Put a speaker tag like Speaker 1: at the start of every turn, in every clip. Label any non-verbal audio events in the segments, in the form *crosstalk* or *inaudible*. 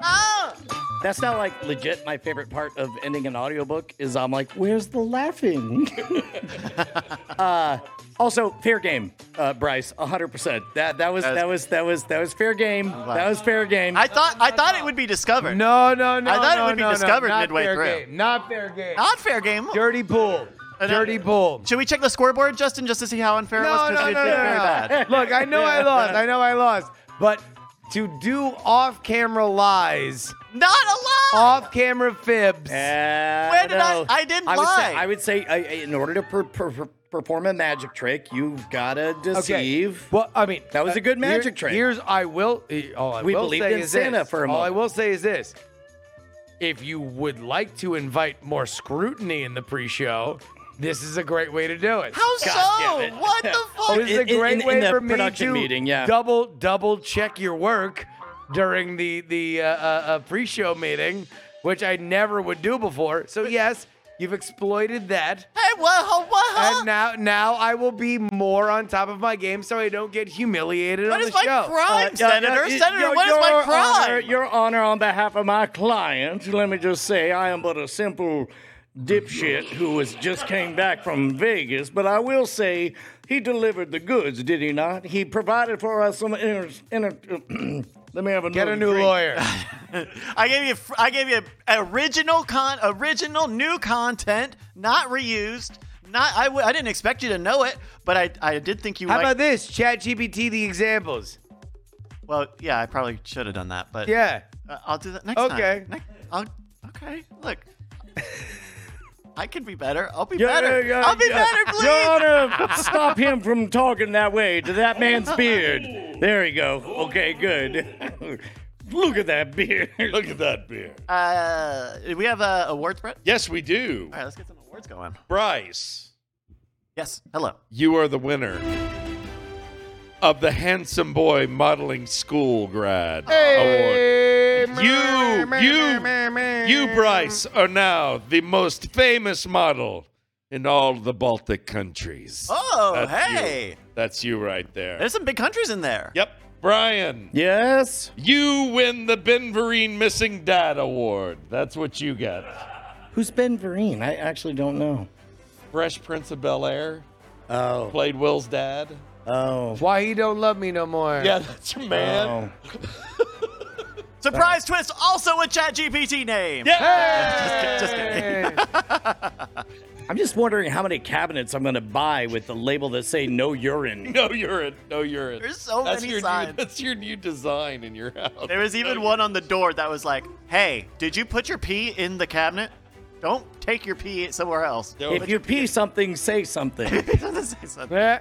Speaker 1: Oh.
Speaker 2: That's not like legit my favorite part of ending an audiobook is I'm like, where's the laughing? *laughs* uh, also, fair game, uh, Bryce, 100%. That that was
Speaker 1: That was-
Speaker 2: that was that was that was fair game. That was fair game.
Speaker 1: I thought I thought it would be discovered.
Speaker 3: No, no, no.
Speaker 1: I thought it
Speaker 3: no,
Speaker 1: would be
Speaker 3: no, no.
Speaker 1: discovered
Speaker 3: Not
Speaker 1: midway
Speaker 3: fair
Speaker 1: through.
Speaker 3: Game. Not fair game.
Speaker 2: Oh.
Speaker 1: Not fair game.
Speaker 3: Dirty pool.
Speaker 1: And I-
Speaker 2: *laughs*
Speaker 3: Dirty pool.
Speaker 1: Should we check the scoreboard, Justin, just to see how unfair it
Speaker 3: No,
Speaker 1: was?
Speaker 3: no,
Speaker 1: 'Cause
Speaker 3: no,
Speaker 1: it
Speaker 3: no,
Speaker 1: did
Speaker 3: no,
Speaker 1: very
Speaker 3: no.
Speaker 1: bad.
Speaker 3: *laughs* Look, I know I lost. I know I lost. But to do off-camera lies,
Speaker 1: Not a lot.
Speaker 3: off-camera fibs.
Speaker 2: Uh,
Speaker 1: Where did I-
Speaker 2: no.
Speaker 1: I didn't
Speaker 2: would say-
Speaker 1: lie.
Speaker 2: I would say, I, I- in order to per, per, per- perform a magic trick, you've got to deceive.
Speaker 3: Well, I mean, uh,
Speaker 2: That was a good magic
Speaker 3: here-
Speaker 2: trick.
Speaker 3: Here's I will. eh, All I
Speaker 2: We
Speaker 3: will
Speaker 2: believed
Speaker 3: say
Speaker 2: in
Speaker 3: is
Speaker 2: Santa
Speaker 3: this.
Speaker 2: for a
Speaker 3: All I
Speaker 2: moment.
Speaker 3: will say is this: if you would like to invite more scrutiny in the pre-show, this is a great way to do it.
Speaker 1: How
Speaker 2: God damn
Speaker 1: so?
Speaker 2: it.
Speaker 1: What
Speaker 2: *laughs*
Speaker 1: the
Speaker 3: Oh,
Speaker 1: fuck?
Speaker 3: this is a
Speaker 2: in- in-
Speaker 3: great
Speaker 2: in
Speaker 3: way
Speaker 2: the
Speaker 3: for me
Speaker 2: production
Speaker 3: to
Speaker 2: meeting, yeah.
Speaker 3: double double check your work during the the uh, uh, uh, pre-show meeting, which I never would do before. So yes, you've
Speaker 1: *gasps*
Speaker 3: exploited that.
Speaker 1: Hey, what? Huh, what? Huh?
Speaker 3: And now, now I will be more on top of my game, so I don't get humiliated
Speaker 1: What
Speaker 3: on
Speaker 1: is
Speaker 3: the
Speaker 1: my
Speaker 3: show. Oh,
Speaker 1: crime,
Speaker 2: Uh,
Speaker 1: Senator?
Speaker 2: uh,
Speaker 1: Senator,
Speaker 2: your-
Speaker 1: what is my
Speaker 2: your
Speaker 1: crime?
Speaker 3: *laughs*
Speaker 2: honor- your honor, on behalf of my client, let me just say I am but a simple dipshit who has just came back from Vegas, but I will say he delivered the goods, did he not? He provided for us some inner. inner *clears throat* let me have a
Speaker 3: Get a new
Speaker 2: *laughs*
Speaker 3: lawyer.
Speaker 1: *laughs* I gave you fr- I gave you original con original new content, not reused. Not I, w- I didn't expect you to know it, but I, I did think you
Speaker 3: How
Speaker 1: liked-
Speaker 3: about this? ChatGPT the examples.
Speaker 1: Well, yeah, I probably should have done that, but
Speaker 3: Yeah.
Speaker 1: uh, I'll do that next time.
Speaker 3: Okay.
Speaker 1: Ne- I'll, okay.
Speaker 3: *laughs*
Speaker 1: Look. I can be better. I'll be
Speaker 2: Your-
Speaker 1: better.
Speaker 2: your-
Speaker 1: I'll be
Speaker 2: your-
Speaker 1: better, please.
Speaker 2: Your Honor, stop him from talking that way to that man's beard. There you go. Okay, good. *laughs* Look at that beard.
Speaker 4: Look at that beer.
Speaker 1: Uh, do we have uh, awards, Brett?
Speaker 4: Yes, we do.
Speaker 1: All right, let's get some awards going.
Speaker 4: Bryce,
Speaker 1: Yes. Hello.
Speaker 4: you are the winner of the Handsome Boy Modeling School Grad Award. You, you, you, Bryce, are now the most famous model in all the Baltic countries.
Speaker 1: Oh,
Speaker 4: That's you.
Speaker 1: hey.
Speaker 4: That's you right there.
Speaker 1: There's some big countries in there.
Speaker 4: Yep, Brian.
Speaker 2: Yes?
Speaker 4: You win the Benverine Missing Dad Award. That's what you get.
Speaker 2: Who's Ben Vereen? I actually don't know.
Speaker 4: Fresh Prince of Bel Air
Speaker 2: Oh,
Speaker 4: played Will's dad.
Speaker 2: oh.
Speaker 3: Why he don't love me no more?
Speaker 4: Yeah, that's your man.
Speaker 2: Oh.
Speaker 1: Surprise twist, also a ChatGPT name.
Speaker 4: Yeah.
Speaker 3: Hey!
Speaker 1: Just kidding. *laughs*
Speaker 2: I'm just wondering how many cabinets I'm going to buy with the label that say no urine.
Speaker 4: *laughs* No urine. No urine.
Speaker 1: There's so
Speaker 4: that's
Speaker 1: many
Speaker 4: your New,
Speaker 1: signs.
Speaker 4: that's your new design in your house.
Speaker 1: There was even one on the door that was like, "Hey, did you put your pee in the cabinet? Don't take your pee somewhere else."
Speaker 4: No,
Speaker 2: If you pee something, say
Speaker 1: *laughs*
Speaker 2: something.
Speaker 1: It doesn't say something.
Speaker 2: *laughs*
Speaker 3: *laughs* Yeah.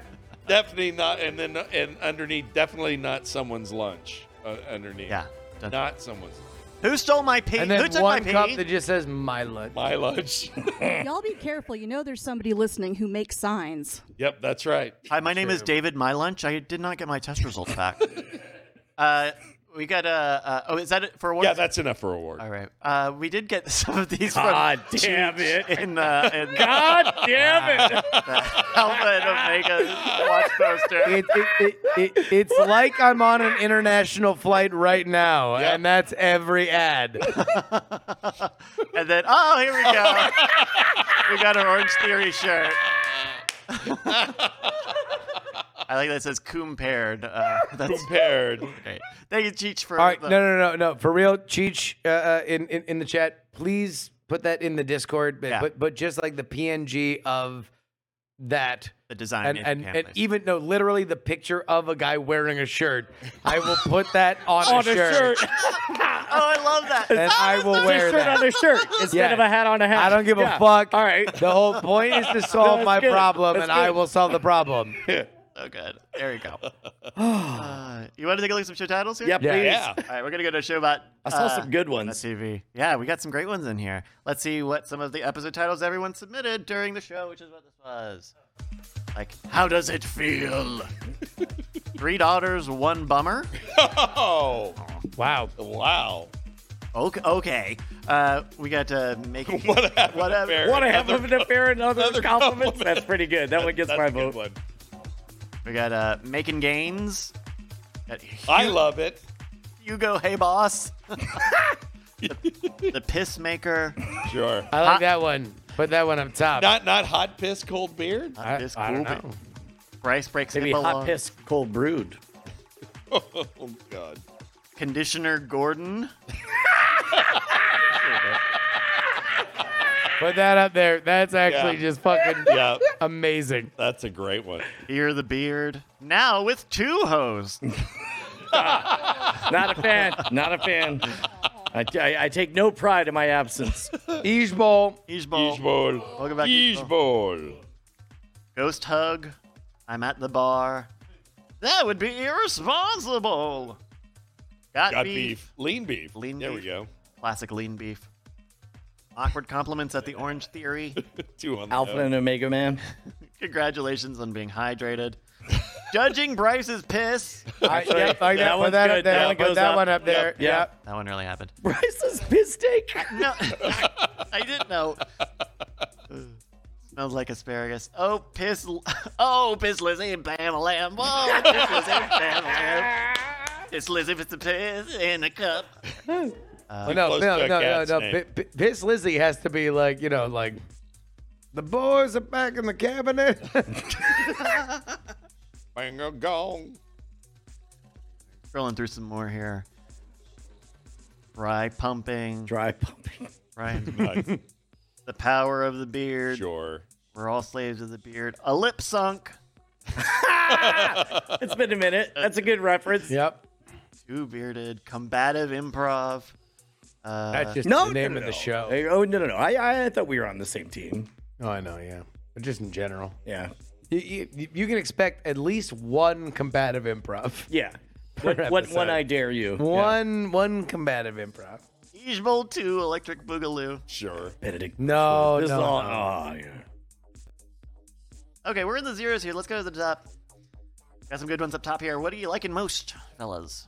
Speaker 4: definitely not, and then and underneath, definitely not someone's lunch. Uh, underneath.
Speaker 1: Yeah. Don't-
Speaker 4: Not someone's.
Speaker 1: Who stole my pee?
Speaker 3: And
Speaker 1: Who
Speaker 3: then
Speaker 1: took my
Speaker 3: one
Speaker 1: pee?
Speaker 3: cup that just says my lunch.
Speaker 1: *laughs*
Speaker 4: My lunch. *laughs*
Speaker 5: Y'all be careful. You know there's somebody listening who makes signs.
Speaker 4: yep, that's right.
Speaker 1: Hi, my name is David. My lunch. I did not get my test results back. uh, we got a. Uh, uh, oh, is that it for awards?
Speaker 4: Yeah, that's enough for award.
Speaker 1: All right. Uh, we did get *laughs* some of these.
Speaker 4: Ah,
Speaker 2: God
Speaker 1: from
Speaker 2: damn it.
Speaker 1: In, uh, in the
Speaker 2: God damn it.
Speaker 1: Alpha and
Speaker 4: *laughs*
Speaker 1: Omega watch poster.
Speaker 3: It, it, it, it, it's like I'm on an international flight right now,
Speaker 4: Yep.
Speaker 3: and that's every ad.
Speaker 1: And then, oh, here we
Speaker 4: *laughs*
Speaker 1: go. we got an Orange Theory shirt. I like that it says compared. Uh, that's
Speaker 4: Compared.
Speaker 1: great. Thank you, Cheech, for.
Speaker 3: All right,
Speaker 1: the-
Speaker 3: no, no, no, no, for real, Cheech, uh, uh, in, in in the chat, please put that in the Discord, but
Speaker 1: Yeah.
Speaker 3: but, but just like the PNG of that,
Speaker 1: The design
Speaker 3: and
Speaker 1: if you
Speaker 3: and,
Speaker 1: can,
Speaker 3: and
Speaker 1: please.
Speaker 3: even no, literally the picture of a guy wearing a shirt. I will put
Speaker 2: *laughs*
Speaker 3: that on,
Speaker 2: *laughs* On a shirt.
Speaker 1: Oh, I love that.
Speaker 3: *laughs*
Speaker 2: *laughs*
Speaker 3: and I will wear
Speaker 2: Just shirt
Speaker 3: that.
Speaker 2: on a shirt instead
Speaker 3: Yeah.
Speaker 2: of a hat on a hat.
Speaker 3: I don't give
Speaker 2: Yeah.
Speaker 3: a fuck.
Speaker 2: All right.
Speaker 3: The whole point
Speaker 2: *laughs*
Speaker 3: is to solve
Speaker 2: That's
Speaker 3: my
Speaker 2: good.
Speaker 3: problem,
Speaker 2: That's
Speaker 3: and I
Speaker 2: good.
Speaker 3: will solve the problem.
Speaker 2: *laughs*
Speaker 1: So Oh, good. There you go. Uh, you want to take a look at some show titles here?
Speaker 2: Yeah,
Speaker 3: Yeah.
Speaker 2: please.
Speaker 1: *laughs*
Speaker 4: Yeah.
Speaker 1: All right, we're going to go to a show about. uh,
Speaker 2: I saw some good ones.
Speaker 1: TV. Yeah, we got some great ones in here. Let's see what some of the episode titles everyone submitted during the show, which is what this was. Like, how does it feel? Three daughters, one bummer.
Speaker 4: Oh,
Speaker 3: Wow.
Speaker 4: wow. *laughs*
Speaker 1: Okay, okay. Uh, we got to make
Speaker 4: What happened?
Speaker 1: What happened?
Speaker 4: Fair.
Speaker 2: Want to have
Speaker 4: Another-
Speaker 2: an
Speaker 4: *laughs*
Speaker 2: affair and other
Speaker 4: another
Speaker 2: compliments?
Speaker 4: compliment.
Speaker 2: That's pretty good. That one gets
Speaker 4: That's
Speaker 2: my
Speaker 4: a good
Speaker 2: vote.
Speaker 4: one.
Speaker 1: We got uh, making gains. Got
Speaker 4: I love it.
Speaker 1: Hugo, hey boss. the piss maker.
Speaker 4: Sure.
Speaker 3: I like that one. Put that one up top.
Speaker 4: Not not hot piss cold beer.
Speaker 1: Hot
Speaker 3: I-
Speaker 1: piss
Speaker 3: I don't
Speaker 1: cool.
Speaker 3: know.
Speaker 1: Bryce breaks
Speaker 2: Maybe
Speaker 1: hip
Speaker 2: hot
Speaker 1: along.
Speaker 2: piss cold brewed.
Speaker 4: Oh God.
Speaker 1: Conditioner Gordon.
Speaker 3: Put that up there. That's actually
Speaker 4: Yeah.
Speaker 3: just fucking *laughs*
Speaker 4: Yeah,
Speaker 3: amazing.
Speaker 4: that's a great one.
Speaker 1: Ear the beard. Now with two hoes.
Speaker 2: Not a fan. Not a fan. I, I, I take no pride in my absence.
Speaker 3: Ease bowl.
Speaker 1: Each ball.
Speaker 4: Yeesh bowl.
Speaker 1: Welcome back,
Speaker 4: Yeesh
Speaker 1: Yeesh
Speaker 4: bowl.
Speaker 1: Ghost hug. I'm at the bar. That would be irresponsible. Got,
Speaker 4: Got
Speaker 1: beef.
Speaker 4: beef. Lean beef.
Speaker 1: Lean
Speaker 4: there
Speaker 1: beef.
Speaker 4: we go. *laughs*
Speaker 1: Classic lean beef. Awkward compliments at the Orange Theory.
Speaker 4: Two on the
Speaker 2: Alpha
Speaker 4: nose.
Speaker 2: and Omega Man.
Speaker 1: Congratulations on being hydrated. Judging Bryce's piss.
Speaker 3: I, yep, like that,
Speaker 2: that
Speaker 3: put
Speaker 2: one's
Speaker 3: that up
Speaker 2: good.
Speaker 3: there.
Speaker 2: That one
Speaker 3: put
Speaker 2: goes
Speaker 3: that
Speaker 2: up.
Speaker 3: one up there.
Speaker 2: Yep, yep.
Speaker 3: Yep.
Speaker 1: That one really happened.
Speaker 2: *laughs* Bryce's
Speaker 3: *laughs*
Speaker 2: mistake.
Speaker 1: No, *laughs* I didn't know. Smells like asparagus. Oh, piss. L- *laughs* Oh, piss Lizzie and Bam Lamb. Whoa, piss Lizzie and Bam Lamb. Piss Lizzie with the piss in a cup.
Speaker 3: Oh, no,
Speaker 4: close
Speaker 3: no,
Speaker 4: to a
Speaker 3: no, no,
Speaker 4: cat's
Speaker 3: no.
Speaker 4: name.
Speaker 3: Pi Pi Piss Lizzie has to be like, you know, like the boys are back in the cabinet. *laughs*
Speaker 4: Finger gong.
Speaker 1: Scrolling through some more here. Rye pumping.
Speaker 2: Dry pumping.
Speaker 1: Rye.
Speaker 4: Nice.
Speaker 1: *laughs* The power of the beard.
Speaker 4: *laughs* Sure.
Speaker 1: We're all slaves of the beard. A lip sunk.
Speaker 2: It's been a minute. That's a good reference.
Speaker 3: yep.
Speaker 1: Two bearded. Combative improv. Uh,
Speaker 3: That's just
Speaker 2: No,
Speaker 3: the name
Speaker 2: no,
Speaker 3: of
Speaker 2: no.
Speaker 3: the show.
Speaker 2: Hey, Oh no no no! I I thought we were on the same team.
Speaker 3: Oh, I know, yeah. But just in general,
Speaker 2: Yeah
Speaker 3: you, you, you can expect at least one combative improv.
Speaker 2: yeah. What, what
Speaker 3: episode.
Speaker 2: one I dare you?
Speaker 3: One, one combative improv.
Speaker 1: Evil 2 Electric Boogaloo.
Speaker 4: Sure.
Speaker 2: Benedict.
Speaker 3: No,
Speaker 2: This is
Speaker 3: no,
Speaker 2: all-
Speaker 3: no.
Speaker 2: oh, yeah.
Speaker 1: Okay, we're in the zeros here. Let's go to the top. Got some good ones up top here. What are you liking most, fellas?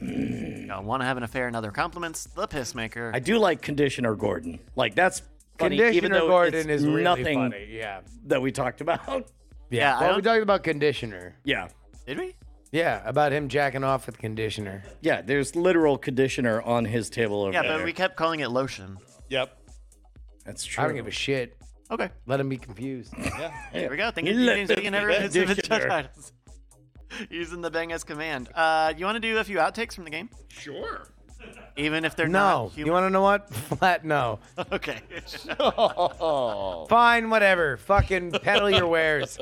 Speaker 1: want to have an affair and other compliments. The pissmaker.
Speaker 2: I do like Conditioner Gordon. Like that's funny, even
Speaker 3: Conditioner
Speaker 2: though
Speaker 3: Gordon
Speaker 2: it's
Speaker 3: is really
Speaker 2: nothing
Speaker 3: funny. Yeah.
Speaker 2: that we talked about. *laughs*
Speaker 1: yeah, I
Speaker 3: Well, we
Speaker 1: don't,
Speaker 3: talking about conditioner.
Speaker 2: Yeah,
Speaker 1: did we?
Speaker 3: Yeah, about him jacking off with conditioner.
Speaker 2: yeah. There's literal conditioner on his table over
Speaker 1: Yeah,
Speaker 2: there.
Speaker 1: but we kept calling it lotion.
Speaker 4: Yep.
Speaker 2: that's true.
Speaker 3: I don't give a shit.
Speaker 1: Okay,
Speaker 3: Let him be confused.
Speaker 2: Yeah.
Speaker 1: here we go. Thank
Speaker 2: You
Speaker 1: you,
Speaker 2: let
Speaker 1: James
Speaker 2: them
Speaker 1: Vegan.
Speaker 2: be
Speaker 1: Everyone
Speaker 2: bad
Speaker 1: who's even
Speaker 2: dictionary.
Speaker 1: touched items. *laughs* Using the bang as command. Uh, you want to do a few outtakes from the game,
Speaker 4: Sure.
Speaker 1: even if they're
Speaker 3: No.
Speaker 1: not
Speaker 3: You
Speaker 1: human?
Speaker 3: want to know what? *laughs* Flat no.
Speaker 1: *laughs* okay.
Speaker 2: Oh.
Speaker 3: Fine, whatever. Fucking peddle
Speaker 2: *laughs*
Speaker 3: your wares.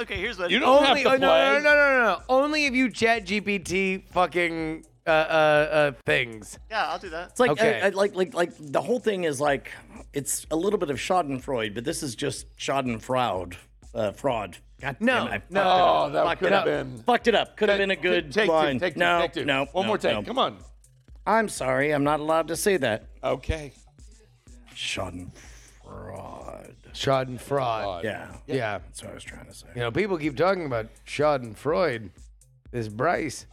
Speaker 1: okay, here's what.
Speaker 4: You don't
Speaker 3: Only
Speaker 4: have
Speaker 3: oh, no,
Speaker 4: to
Speaker 3: no, no, no,
Speaker 4: play.
Speaker 3: no, no. Only if you chat GPT fucking uh, uh, uh, things.
Speaker 1: Yeah, I'll do that.
Speaker 2: It's like
Speaker 3: Okay.
Speaker 2: I- I- like like like the whole thing is like it's a little bit of Schadenfreude, but this is just Schadenfraud. Uh, fraud. God
Speaker 3: No,
Speaker 2: damn it, I
Speaker 3: no.
Speaker 2: fucked it up.
Speaker 4: Oh, that
Speaker 2: Fucked
Speaker 4: could
Speaker 2: it
Speaker 4: have
Speaker 2: up.
Speaker 4: been.
Speaker 2: Fucked it up. Could have been a good
Speaker 4: take
Speaker 2: line.
Speaker 4: Two, take two,
Speaker 2: no,
Speaker 4: take two.
Speaker 2: no,
Speaker 4: One
Speaker 2: no,
Speaker 4: more take.
Speaker 2: no.
Speaker 4: Come on.
Speaker 2: I'm sorry. I'm not allowed to say that.
Speaker 4: *laughs* Okay.
Speaker 2: Schadenfraud.
Speaker 3: Schadenfreude. fraud.
Speaker 2: Yeah,
Speaker 3: Yeah.
Speaker 2: that's what I was trying to say.
Speaker 3: You know, people keep talking about Schadenfreude. This Bryce.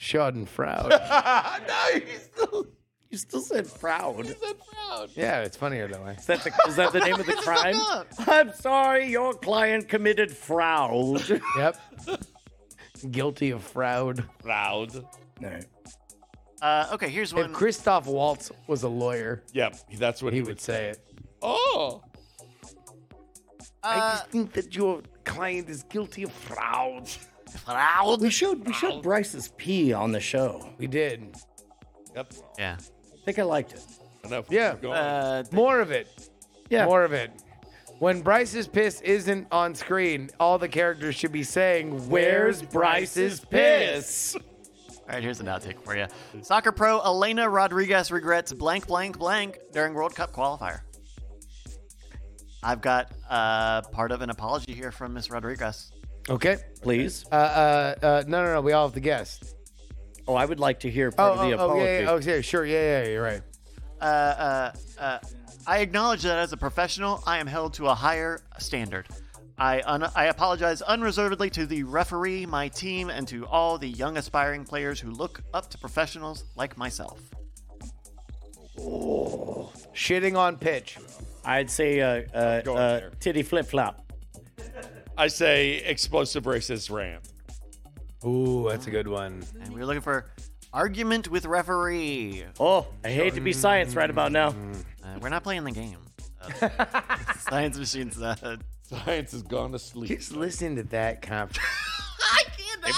Speaker 3: Schadenfraude.
Speaker 4: Ah, no, you still
Speaker 2: You still said proud.
Speaker 4: said proud.
Speaker 3: yeah, it's funnier that way.
Speaker 2: Is that, the, is that the name of the crime?
Speaker 1: up.
Speaker 2: I'm sorry, your client committed fraud.
Speaker 3: Yep. Guilty of fraud.
Speaker 4: Proud.
Speaker 2: no.
Speaker 1: Uh, okay, here's
Speaker 3: If
Speaker 1: one.
Speaker 3: Christoph Waltz was a lawyer,
Speaker 4: Yep. That's what
Speaker 3: he
Speaker 4: he,
Speaker 3: would say it.
Speaker 4: Oh.
Speaker 3: I
Speaker 1: Uh,
Speaker 3: just think that your client is guilty of fraud.
Speaker 2: We showed we showed Bryce's pee on the show.
Speaker 3: We did.
Speaker 4: Yep.
Speaker 1: yeah.
Speaker 2: I think I liked it.
Speaker 4: Enough.
Speaker 3: Yeah.
Speaker 4: Keep going.
Speaker 1: Uh,
Speaker 3: More of it.
Speaker 2: Yeah.
Speaker 3: More of it. When Bryce's piss isn't on screen, all the characters should be saying, Where's Bryce's piss?
Speaker 1: All right, here's an outtake for you. Soccer pro Elena Rodriguez regrets blank, blank, blank during World Cup qualifier. I've got uh, part of an apology here from Miss Rodriguez.
Speaker 3: Okay.
Speaker 2: Please.
Speaker 3: Uh, uh, uh, no, no, no. We all have to guess.
Speaker 2: Oh, I would like to hear
Speaker 3: Oh,
Speaker 2: part of the
Speaker 3: oh, oh,
Speaker 2: apology.
Speaker 3: yeah, yeah, oh, yeah, sure. Yeah, yeah, you're right.
Speaker 1: Uh, uh, uh, I acknowledge that as a professional, I am held to a higher standard. I, un- I apologize unreservedly to the referee, my team, and to all the young aspiring players who look up to professionals like myself.
Speaker 3: Shitting on pitch.
Speaker 2: I'd say uh, uh,
Speaker 4: Go
Speaker 2: uh,
Speaker 4: there.
Speaker 2: titty flip flop.
Speaker 4: I say explosive racist rant.
Speaker 3: Ooh, that's a good one.
Speaker 1: And we were looking for argument with referee.
Speaker 2: Oh, I hate to
Speaker 3: Mm.
Speaker 2: be science right about now.
Speaker 1: Uh, we're not playing the game. Uh, science machine's not.
Speaker 4: Science has gone
Speaker 2: *laughs*
Speaker 4: to sleep.
Speaker 3: Just listen to that comp. *laughs*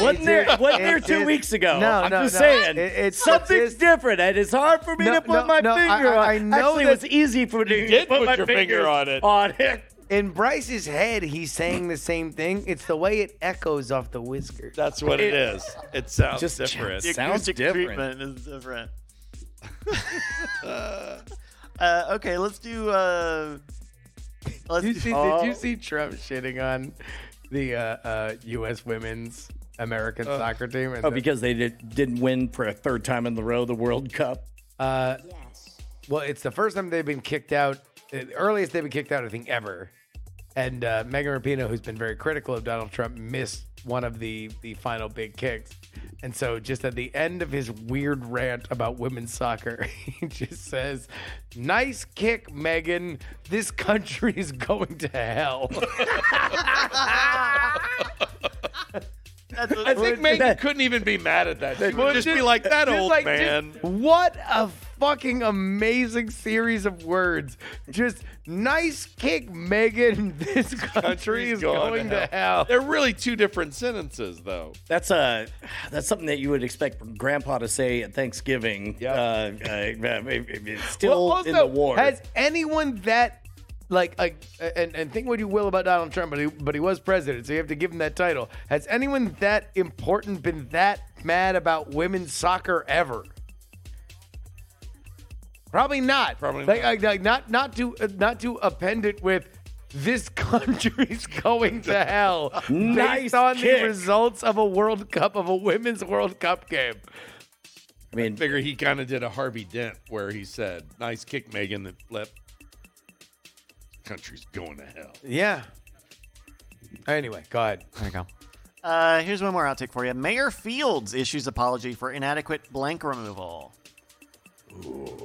Speaker 2: Wasn't there,
Speaker 3: It's-
Speaker 2: wasn't there
Speaker 3: it's-
Speaker 2: two
Speaker 3: it's-
Speaker 2: weeks ago?
Speaker 3: no,
Speaker 2: I'm
Speaker 3: no,
Speaker 2: just
Speaker 3: no.
Speaker 2: saying.
Speaker 3: It- it's-
Speaker 2: something's
Speaker 3: it's-
Speaker 2: different, and it's hard for me
Speaker 3: No,
Speaker 2: to put
Speaker 3: no,
Speaker 2: my
Speaker 3: no, I-
Speaker 2: finger
Speaker 3: I-
Speaker 2: on
Speaker 3: I know
Speaker 2: Actually,
Speaker 3: that-
Speaker 2: it was easy for me to
Speaker 4: did
Speaker 2: put
Speaker 4: put
Speaker 2: my
Speaker 4: your finger on it.
Speaker 2: On it.
Speaker 3: In Bryce's head, he's saying the same thing. It's the way it echoes off the whiskers.
Speaker 4: That's what it is. It sounds
Speaker 2: Just
Speaker 4: different.
Speaker 1: The
Speaker 2: check. Sounds
Speaker 1: acoustic
Speaker 2: different.
Speaker 1: treatment is different. uh, okay, let's do. Uh, let's
Speaker 3: Did you
Speaker 1: do-
Speaker 3: see,
Speaker 1: *laughs* oh,
Speaker 3: did you see Trump shitting on the uh, uh, U.S. women's American soccer team? And
Speaker 2: Oh,
Speaker 3: the-
Speaker 2: because they did, didn't win for a third time in the row the World Cup.
Speaker 3: uh, well, it's the first time they've been kicked out, the earliest they've been kicked out, I think, ever. And uh, Megan Rapinoe, who's been very critical of Donald Trump, missed one of the the final big kicks. And so, just at the end of his weird rant about women's soccer, *laughs* he just says, "Nice kick, Megan. This country is going to hell." *laughs*
Speaker 1: that's what-
Speaker 4: I think Megan
Speaker 2: that-
Speaker 4: couldn't even be mad at *laughs* that. She
Speaker 3: Well,
Speaker 4: would just be like that
Speaker 3: just
Speaker 4: old
Speaker 3: like, just-
Speaker 4: man.
Speaker 3: what a fucking amazing series of words. Just nice kick, Megan. *laughs* This country
Speaker 4: Country's
Speaker 3: is going to hell.
Speaker 4: They're really two different sentences, though.
Speaker 2: That's a *sighs* that's something that you would expect Grandpa to say at Thanksgiving.
Speaker 4: Yeah.
Speaker 2: Uh, uh, if- if it's still
Speaker 3: Well,
Speaker 2: in
Speaker 3: also,
Speaker 2: the war.
Speaker 3: Has anyone that like I- and and think what you will about Donald Trump, but he but he was president, so you have to give him that title. Has anyone that important been that mad about women's soccer ever? Probably not.
Speaker 4: Probably
Speaker 3: like,
Speaker 4: not.
Speaker 3: Like, like not not to uh, not to append it with this *laughs* country's going to hell
Speaker 2: Nice
Speaker 3: based on
Speaker 2: kick.
Speaker 3: the results of a World Cup of a women's World Cup game.
Speaker 2: I mean,
Speaker 4: Figure he kind of did a Harvey Dent where he said, "Nice kick, Megan." That flip. Country's going to hell.
Speaker 3: Yeah. Anyway, go ahead.
Speaker 1: There you go. Uh, here's one more outtake for you. Mayor Fields issues apology for inadequate blank removal.
Speaker 3: Mayor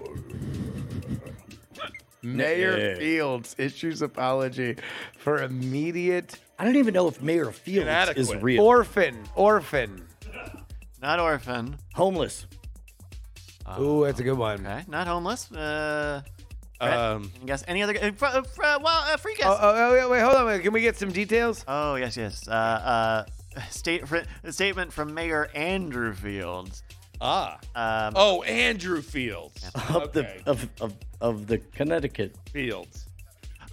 Speaker 2: Yeah.
Speaker 3: Fields issues apology for immediate
Speaker 2: I don't even know if Mayor Fields is
Speaker 4: Inadequate.
Speaker 2: real.
Speaker 3: orphan. Orphan.
Speaker 1: Not orphan.
Speaker 2: homeless.
Speaker 3: Ooh, that's a good one.
Speaker 1: Okay. Not homeless. Uh, Brett,
Speaker 4: Um,
Speaker 1: can you guess any other? Uh, fr- uh, fr- uh, well, uh, free guess.
Speaker 3: Oh, oh, oh, wait, hold on. Wait. Can we get some details?
Speaker 1: Oh yes, yes. Uh, uh, *laughs* state fr- a statement from Mayor Andrew Fields.
Speaker 4: ah.
Speaker 1: Um,
Speaker 4: Oh, Andrew Fields.
Speaker 2: Of
Speaker 4: Okay.
Speaker 2: the of, of of the Connecticut.
Speaker 4: Fields.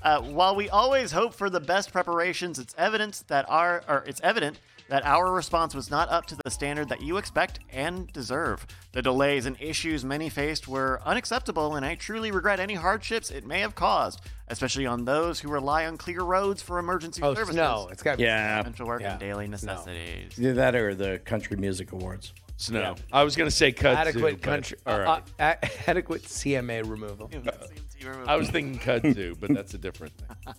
Speaker 1: uh, while we always hope for the best preparations, it's evidence that our or it's evident that our response was not up to the standard that you expect and deserve. The delays and issues many faced were unacceptable, and I truly regret any hardships it may have caused, especially on those who rely on clear roads for emergency
Speaker 3: Oh,
Speaker 1: services,
Speaker 3: snow. It's got to be.
Speaker 2: Yeah,
Speaker 1: essential work,
Speaker 3: Yeah.
Speaker 1: and daily necessities.
Speaker 2: either that or the Country Music Awards.
Speaker 4: Snow. I was gonna say kudzu.
Speaker 3: Adequate
Speaker 4: but-
Speaker 3: country.
Speaker 4: all right.
Speaker 3: uh, uh, a- adequate CMA removal.
Speaker 4: I was thinking kudzu, but that's a different thing.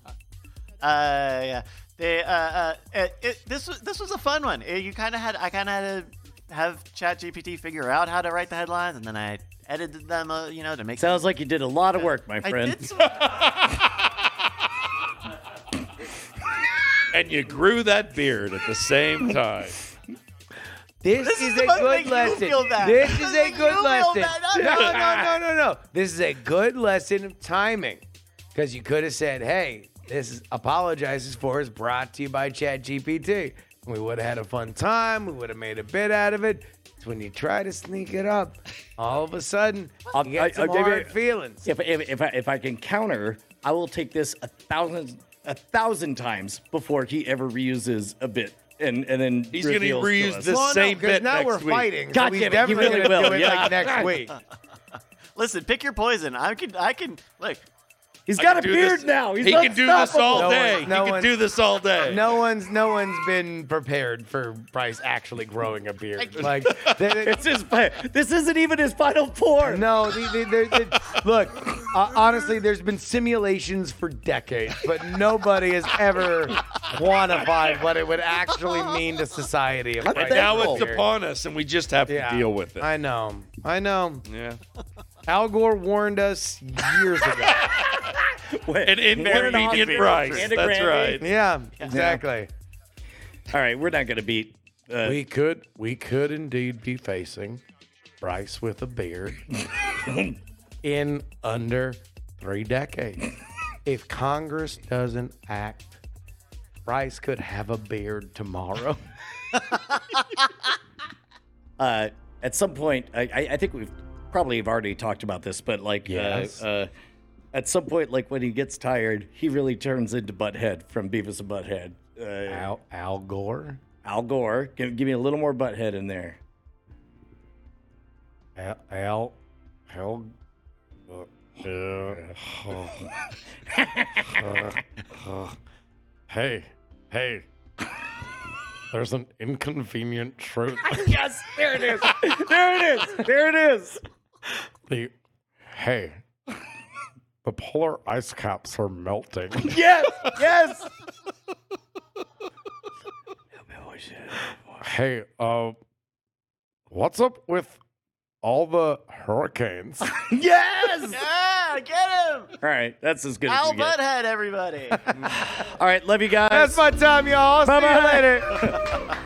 Speaker 1: Uh, yeah. They, uh, uh, it, it, this was this was a fun one. It- you kind of had I kind of had to have ChatGPT figure out how to write the headlines, and then I edited them, uh, you know, to make.
Speaker 2: Sounds like you did a lot of work, my
Speaker 1: I
Speaker 2: friend.
Speaker 1: did some-
Speaker 4: And you grew that beard at the same time.
Speaker 3: This, is,
Speaker 1: supposed
Speaker 3: a
Speaker 1: to
Speaker 3: good
Speaker 1: make you
Speaker 3: lesson.
Speaker 1: feel bad.
Speaker 3: This
Speaker 1: This
Speaker 3: is
Speaker 1: is
Speaker 3: a
Speaker 1: you
Speaker 3: good
Speaker 1: feel
Speaker 3: lesson.
Speaker 1: bad,
Speaker 3: No,
Speaker 1: not
Speaker 3: no, no, no, no. This is a good lesson of timing. Because you could have said, hey, this is, apologizes for is brought to you by ChatGPT. And we would have had a fun time. We would have made a bit out of it. It's when you try to sneak it up, all of a sudden,
Speaker 2: I'll-
Speaker 3: you get
Speaker 2: I- I'll
Speaker 3: some
Speaker 2: give you-
Speaker 3: hard feelings.
Speaker 2: If if if I, if I can counter, I will take this a thousand a thousand times before he ever reuses a bit, and and then
Speaker 4: He's gonna
Speaker 2: reveals to
Speaker 4: reuse
Speaker 2: us.
Speaker 4: this- the
Speaker 3: Well,
Speaker 4: same
Speaker 3: 'cause
Speaker 4: bit
Speaker 3: now
Speaker 4: next
Speaker 3: we're
Speaker 4: week.
Speaker 3: fighting.
Speaker 2: God
Speaker 3: so we
Speaker 2: damn it, you
Speaker 3: definitely
Speaker 2: really
Speaker 3: gonna
Speaker 2: will,
Speaker 3: do it
Speaker 2: yeah.
Speaker 3: like next week.
Speaker 1: Listen, pick your poison. I can I can look.
Speaker 2: He's
Speaker 4: I
Speaker 2: got a
Speaker 4: can do
Speaker 2: beard
Speaker 4: this-
Speaker 2: now. He's
Speaker 4: he can do this all
Speaker 3: No
Speaker 4: day.
Speaker 3: one- no
Speaker 4: he can
Speaker 3: one-
Speaker 4: do this all day.
Speaker 3: No one's no one's been prepared for Bryce actually growing a beard. Like, they- they-
Speaker 2: *laughs* It's his, fi- this isn't even his final four.
Speaker 3: no, they, they, they, they- look. Uh, honestly, there's been simulations for decades, but nobody has ever quantified what it would actually mean to society. if Bryce
Speaker 4: And now
Speaker 3: had a
Speaker 4: it's
Speaker 3: beard.
Speaker 4: upon us, and we just have to
Speaker 3: Yeah.
Speaker 4: deal with it.
Speaker 3: I know, I know.
Speaker 4: yeah.
Speaker 3: Al Gore warned us years
Speaker 4: *laughs*
Speaker 3: ago.
Speaker 2: Wait,
Speaker 4: An inconvenient
Speaker 2: Warren Buffett
Speaker 4: price.
Speaker 2: and a
Speaker 4: That's
Speaker 2: Grammy.
Speaker 4: right.
Speaker 3: yeah, exactly.
Speaker 2: All right, we're not going to beat Uh,
Speaker 3: We could we could indeed be facing Bryce with a *laughs* beard in under three decades. If Congress doesn't act, Bryce could have a beard tomorrow.
Speaker 2: uh, at some point, I, I, I think we've probably have already talked about this, but like, uh,
Speaker 3: Yes.
Speaker 2: uh, at some point, like when he gets tired, he really turns into Butthead from Beavis and Butthead. Uh,
Speaker 3: Al, Al Gore.
Speaker 2: Al Gore, give, give me a little more Butthead in there.
Speaker 3: Al Al Al. uh, *laughs* uh, uh, hey, hey. There's an inconvenient truth.
Speaker 2: Yes, there it is. *laughs* there it is. There it is.
Speaker 3: The hey, the polar ice caps are melting.
Speaker 2: Yes, yes.
Speaker 3: hey, uh, what's up with all the hurricanes?
Speaker 2: Yes.
Speaker 1: Yeah, Ah, get him!
Speaker 2: All right, that's as good as
Speaker 1: Al
Speaker 2: we get.
Speaker 1: Butthead, everybody.
Speaker 2: All right, love you guys.
Speaker 3: my time, y'all.
Speaker 2: Bye-bye.